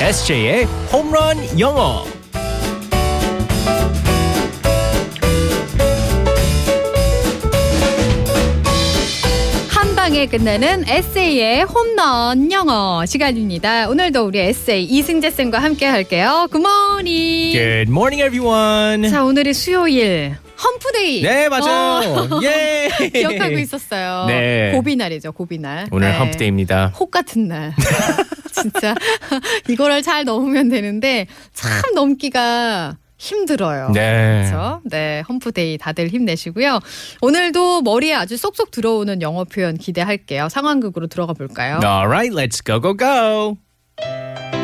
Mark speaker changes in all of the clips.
Speaker 1: SJ의 홈런 영어.
Speaker 2: 한 방에 끝내는 에세이의 홈런 영어 시간입니다. 오늘도 우리 에세이 이승재 쌤과 함께 할게요. 굿모닝.
Speaker 1: Good morning, everyone.
Speaker 2: 자, 오늘이 수요일 험프데이.
Speaker 1: 네 맞아요.
Speaker 2: 어,
Speaker 1: 예.
Speaker 2: 기억하고 있었어요.
Speaker 1: 네.
Speaker 2: 고비 날이죠, 고비 날.
Speaker 1: 오늘
Speaker 2: 네.
Speaker 1: 험프데이입니다.
Speaker 2: 혹 같은 날. 진짜 이거를 잘 넘으면 되는데 참 넘기가 힘들어요.
Speaker 1: 네.
Speaker 2: 그렇죠? 네, 험프데이 다들 힘내시고요. 오늘도 머리에 아주 쏙쏙 들어오는 영어 표현 기대할게요. 상황극으로 들어가 볼까요?
Speaker 1: All right, let's go go go.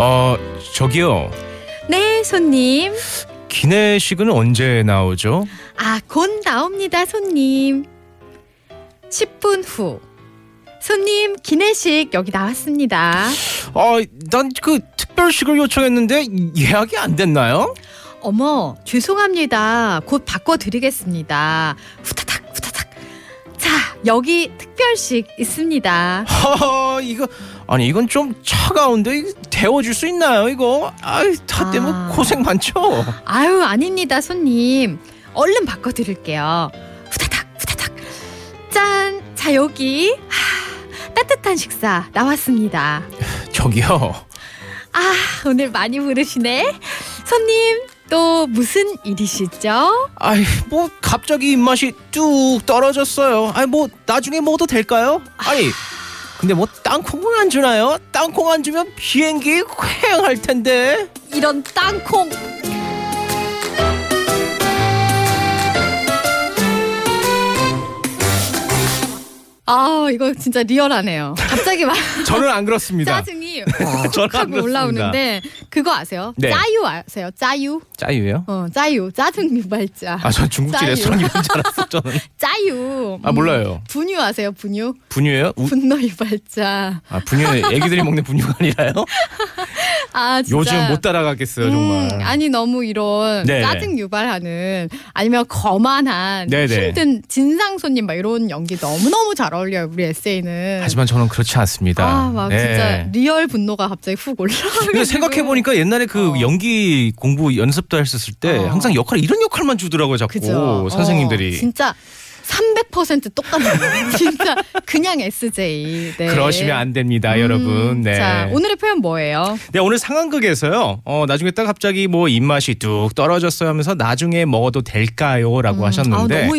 Speaker 1: 어, 저기요.
Speaker 2: 네, 손님.
Speaker 1: 기내식은 언제 나오죠?
Speaker 2: 아, 곧 나옵니다, 손님. 10분 후. 손님, 기내식 여기 나왔습니다.
Speaker 1: 아, 난 그 특별식을 요청했는데 예약이 안 됐나요?
Speaker 2: 어머, 죄송합니다. 곧 바꿔드리겠습니다. 후타닥, 후타닥. 자, 여기 특별식 있습니다.
Speaker 1: 허, 이거 아니 이건 좀 차가운데 이거 데워줄 수 있나요? 이거 아이 다 때문에
Speaker 2: 아.
Speaker 1: 고생 많죠.
Speaker 2: 아유, 아닙니다, 손님. 얼른 바꿔드릴게요. 후타닥, 후타닥. 짠! 자, 여기. 하, 따뜻한 식사 나왔습니다.
Speaker 1: 저기요.
Speaker 2: 아, 오늘 많이 부르시네. 손님, 또 무슨 일이시죠?
Speaker 1: 아이 뭐 갑자기 입맛이 뚝 떨어졌어요. 아이 뭐 나중에 먹어도 될까요? 아니 근데 뭐 땅콩은 안 주나요? 땅콩 안 주면 비행기 횡할 텐데.
Speaker 2: 이런 땅콩. 아, 이거 진짜 리얼하네요. 갑자기 막
Speaker 1: 저는 안 그렇습니다.
Speaker 2: 짜증이
Speaker 1: 저는 안
Speaker 2: 하고
Speaker 1: 그렇습니다.
Speaker 2: 올라오는데 그거 아세요?
Speaker 1: 네.
Speaker 2: 짜유 아세요? 짜유?
Speaker 1: 짜유예요?
Speaker 2: 어, 짜유. 짜증 유발자.
Speaker 1: 아 전 중국집
Speaker 2: 짜유.
Speaker 1: 레스토랑 이런 줄 알았어 저는.
Speaker 2: 짜유.
Speaker 1: 아
Speaker 2: 음,
Speaker 1: 몰라요.
Speaker 2: 분유 아세요? 분유?
Speaker 1: 분유예요? 우,
Speaker 2: 분노 유발자.
Speaker 1: 아 분유 애기들이 먹는 분유가 아니라요?
Speaker 2: 아, 진짜.
Speaker 1: 요즘 못 따라가겠어요 정말.
Speaker 2: 음, 아니 너무 이런
Speaker 1: 네.
Speaker 2: 짜증 유발하는 아니면 거만한
Speaker 1: 네, 네.
Speaker 2: 힘든 진상 손님 막 이런 연기 너무 너무 잘 어울려요 우리 에세이는.
Speaker 1: 음. 하지만 저는 그렇지 않습니다.
Speaker 2: 아막
Speaker 1: 네.
Speaker 2: 진짜 리얼 분노가 갑자기 훅 올라가고.
Speaker 1: 근데 생각해 보니까 옛날에 그
Speaker 2: 어.
Speaker 1: 연기 공부 연습도 했었을 때
Speaker 2: 어.
Speaker 1: 항상 역할 이런 역할만 주더라고요 자꾸
Speaker 2: 그죠. 어,
Speaker 1: 선생님들이
Speaker 2: 진짜 300% 똑같네요. 진짜 그냥 SJ. 네.
Speaker 1: 그러시면 안 됩니다
Speaker 2: 음,
Speaker 1: 여러분. 네.
Speaker 2: 자 오늘의 표현 뭐예요?
Speaker 1: 네 오늘 상황극에서요. 어 나중에 딱 갑자기 뭐 입맛이 뚝 떨어졌어요 하면서 나중에 먹어도 될까요라고
Speaker 2: 아,
Speaker 1: 하셨는데
Speaker 2: 너무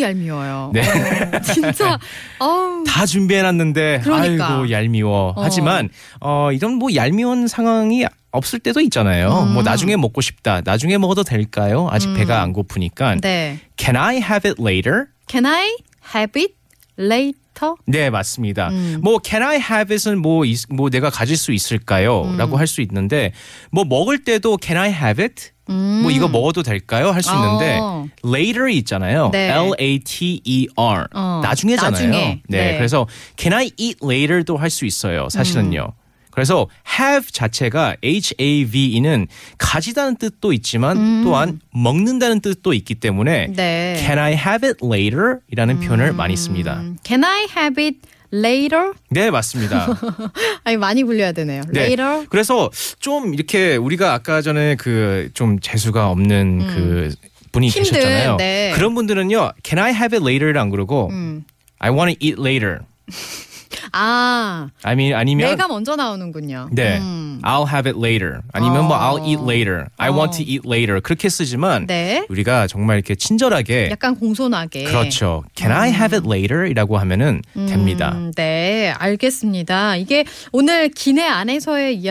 Speaker 2: 얄미워요.
Speaker 1: 네.
Speaker 2: 어, 진짜 아우
Speaker 1: 다 준비해놨는데
Speaker 2: 그러니까.
Speaker 1: 아이고 얄미워.
Speaker 2: 어.
Speaker 1: 하지만 어 이런 뭐 얄미운 상황이 없을 때도 있잖아요.
Speaker 2: 음.
Speaker 1: 뭐 나중에 먹고 싶다. 나중에 먹어도 될까요? 아직
Speaker 2: 음.
Speaker 1: 배가 안 고프니까.
Speaker 2: 네.
Speaker 1: Can I have it later?
Speaker 2: Can I have it later?
Speaker 1: 네 맞습니다.
Speaker 2: 음.
Speaker 1: 뭐 can I have it은 뭐, 이- 뭐 내가 가질 수
Speaker 2: 음.
Speaker 1: 있을까요?라고 할 수 있는데 뭐 먹을 때도 can I have it?
Speaker 2: 음.
Speaker 1: 뭐 이거 먹어도 될까요? 할 수 있는데
Speaker 2: 어.
Speaker 1: later 있잖아요.
Speaker 2: 네.
Speaker 1: L A T E R
Speaker 2: 어,
Speaker 1: 나중에잖아요.
Speaker 2: 나중에.
Speaker 1: 네,
Speaker 2: 네.
Speaker 1: 그래서 can I eat later도 할 수 있어요. 사실은요.
Speaker 2: 음.
Speaker 1: 그래서 have 자체가 H A V E는 가지다는 뜻도 있지만
Speaker 2: 음.
Speaker 1: 또한 먹는다는 뜻도 있기 때문에
Speaker 2: 네.
Speaker 1: can I have it later?이라는 표현을 많이 씁니다.
Speaker 2: 음, Can I have it later?
Speaker 1: 네 맞습니다.
Speaker 2: 아니 많이 불려야 되네요.
Speaker 1: 네.
Speaker 2: Later.
Speaker 1: 그래서 좀 이렇게 우리가 아까 전에 그 좀 재수가 없는 그 분이
Speaker 2: 음. 힘든,
Speaker 1: 계셨잖아요.
Speaker 2: 네.
Speaker 1: 그런 분들은요, Can I have it later를 안 그러고
Speaker 2: 음.
Speaker 1: I want to eat later.
Speaker 2: 아,
Speaker 1: I mean 아니면
Speaker 2: 내가 먼저 나오는군요.
Speaker 1: 네,
Speaker 2: 음.
Speaker 1: I'll have it later. 아니면 뭐
Speaker 2: 어.
Speaker 1: I'll eat later. I want to eat later. 그렇게 쓰지만
Speaker 2: 네.
Speaker 1: 우리가 정말 이렇게 친절하게
Speaker 2: 약간 공손하게.
Speaker 1: 네. 그렇죠. Can I have it later?이라고 하면은 됩니다.
Speaker 2: 음, 네, 알겠습니다. 이게 오늘 기내 안에서의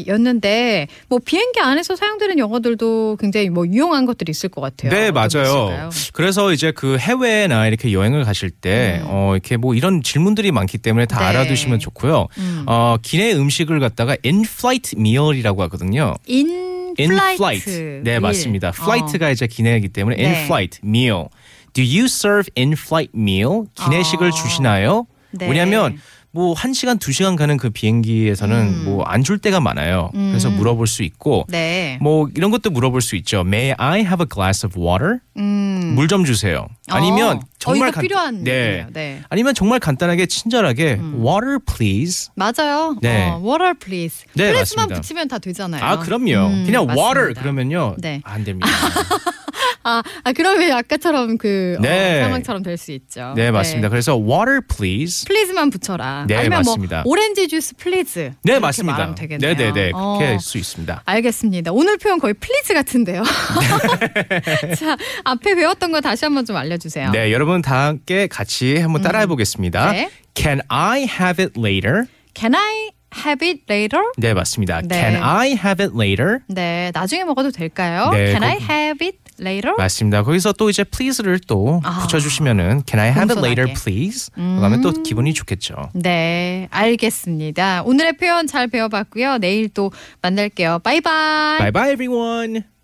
Speaker 2: 이야기였는데 뭐 비행기 안에서 사용되는 영어들도 굉장히 뭐 유용한 것들이 있을 것 같아요.
Speaker 1: 네,
Speaker 2: 어떤 게
Speaker 1: 맞아요.
Speaker 2: 있을까요?
Speaker 1: 그래서 이제 그 해외나 이렇게 여행을 가실 때,
Speaker 2: 음.
Speaker 1: 어, 이렇게 뭐 이런 질문들이 많기 때문에 다
Speaker 2: 네.
Speaker 1: 알아두시면 좋고요.
Speaker 2: 음.
Speaker 1: 어, 기내 음식을 갖다가 in-flight meal이라고 하거든요.
Speaker 2: In
Speaker 1: in-flight.
Speaker 2: flight.
Speaker 1: 네, 맞습니다. flight가 이제 기내이기 때문에
Speaker 2: 예. 어. 네.
Speaker 1: in-flight meal. Do you serve in-flight meal? 기내식을
Speaker 2: 어.
Speaker 1: 주시나요?
Speaker 2: 네.
Speaker 1: 왜냐면 뭐 1시간, 2시간 가는 그 비행기에서는
Speaker 2: 음.
Speaker 1: 뭐 안 줄 때가 많아요. 그래서
Speaker 2: 음.
Speaker 1: 물어볼 수 있고
Speaker 2: 네.
Speaker 1: 뭐 이런 것도 물어볼 수 있죠. May I have a glass of water?
Speaker 2: 음.
Speaker 1: 물 좀 주세요. 아니면
Speaker 2: 어. 어,
Speaker 1: 정말
Speaker 2: 이거
Speaker 1: 간-
Speaker 2: 필요한
Speaker 1: 네.
Speaker 2: 얘기네요. 음. 네.
Speaker 1: 아니면 정말 간단하게 친절하게 water please.
Speaker 2: 맞아요.
Speaker 1: 네.
Speaker 2: 어, water please.
Speaker 1: 네,
Speaker 2: please만
Speaker 1: 맞습니다.
Speaker 2: 붙이면 다 되잖아요.
Speaker 1: 아 그럼요.
Speaker 2: 음,
Speaker 1: 그냥 water
Speaker 2: 맞습니다.
Speaker 1: 그러면요
Speaker 2: 네.
Speaker 1: 안 됩니다.
Speaker 2: 아, 아 그러면 아까처럼 그
Speaker 1: 네.
Speaker 2: 어, 상황처럼 될 수 있죠.
Speaker 1: 네 맞습니다. 그래서 water please.
Speaker 2: 플리즈만 붙여라.
Speaker 1: 네,
Speaker 2: 아니면
Speaker 1: 맞습니다.
Speaker 2: 뭐 오렌지 주스 플리즈. 이렇게
Speaker 1: 네
Speaker 2: 말하면
Speaker 1: 맞습니다.
Speaker 2: 되겠네요.
Speaker 1: 네네네 그렇게
Speaker 2: 어.
Speaker 1: 할 수 있습니다.
Speaker 2: 알겠습니다. 오늘 표현 거의 플리즈 같은데요. 자, 앞에 배웠던 거 다시 한번 좀 알려주세요. 음.
Speaker 1: 네 여러분 다 함께 같이 한번 따라해 보겠습니다.
Speaker 2: 네.
Speaker 1: Can I have it later?
Speaker 2: Can I have it later?
Speaker 1: 네 맞습니다.
Speaker 2: 네.
Speaker 1: Can I have it later?
Speaker 2: 네, 나중에 먹어도 될까요?
Speaker 1: 네,
Speaker 2: Can
Speaker 1: 거-
Speaker 2: I have it later?
Speaker 1: 맞습니다. 거기서 또 이제 please를 또
Speaker 2: 아,
Speaker 1: 붙여주시면은 Can I have it later,
Speaker 2: 공손하게. 음.
Speaker 1: please? 그러면 또 기분이 좋겠죠.
Speaker 2: 네, 알겠습니다. 오늘의 표현 잘 배워봤고요. 내일 또 만날게요. 바이바이.
Speaker 1: Bye bye everyone.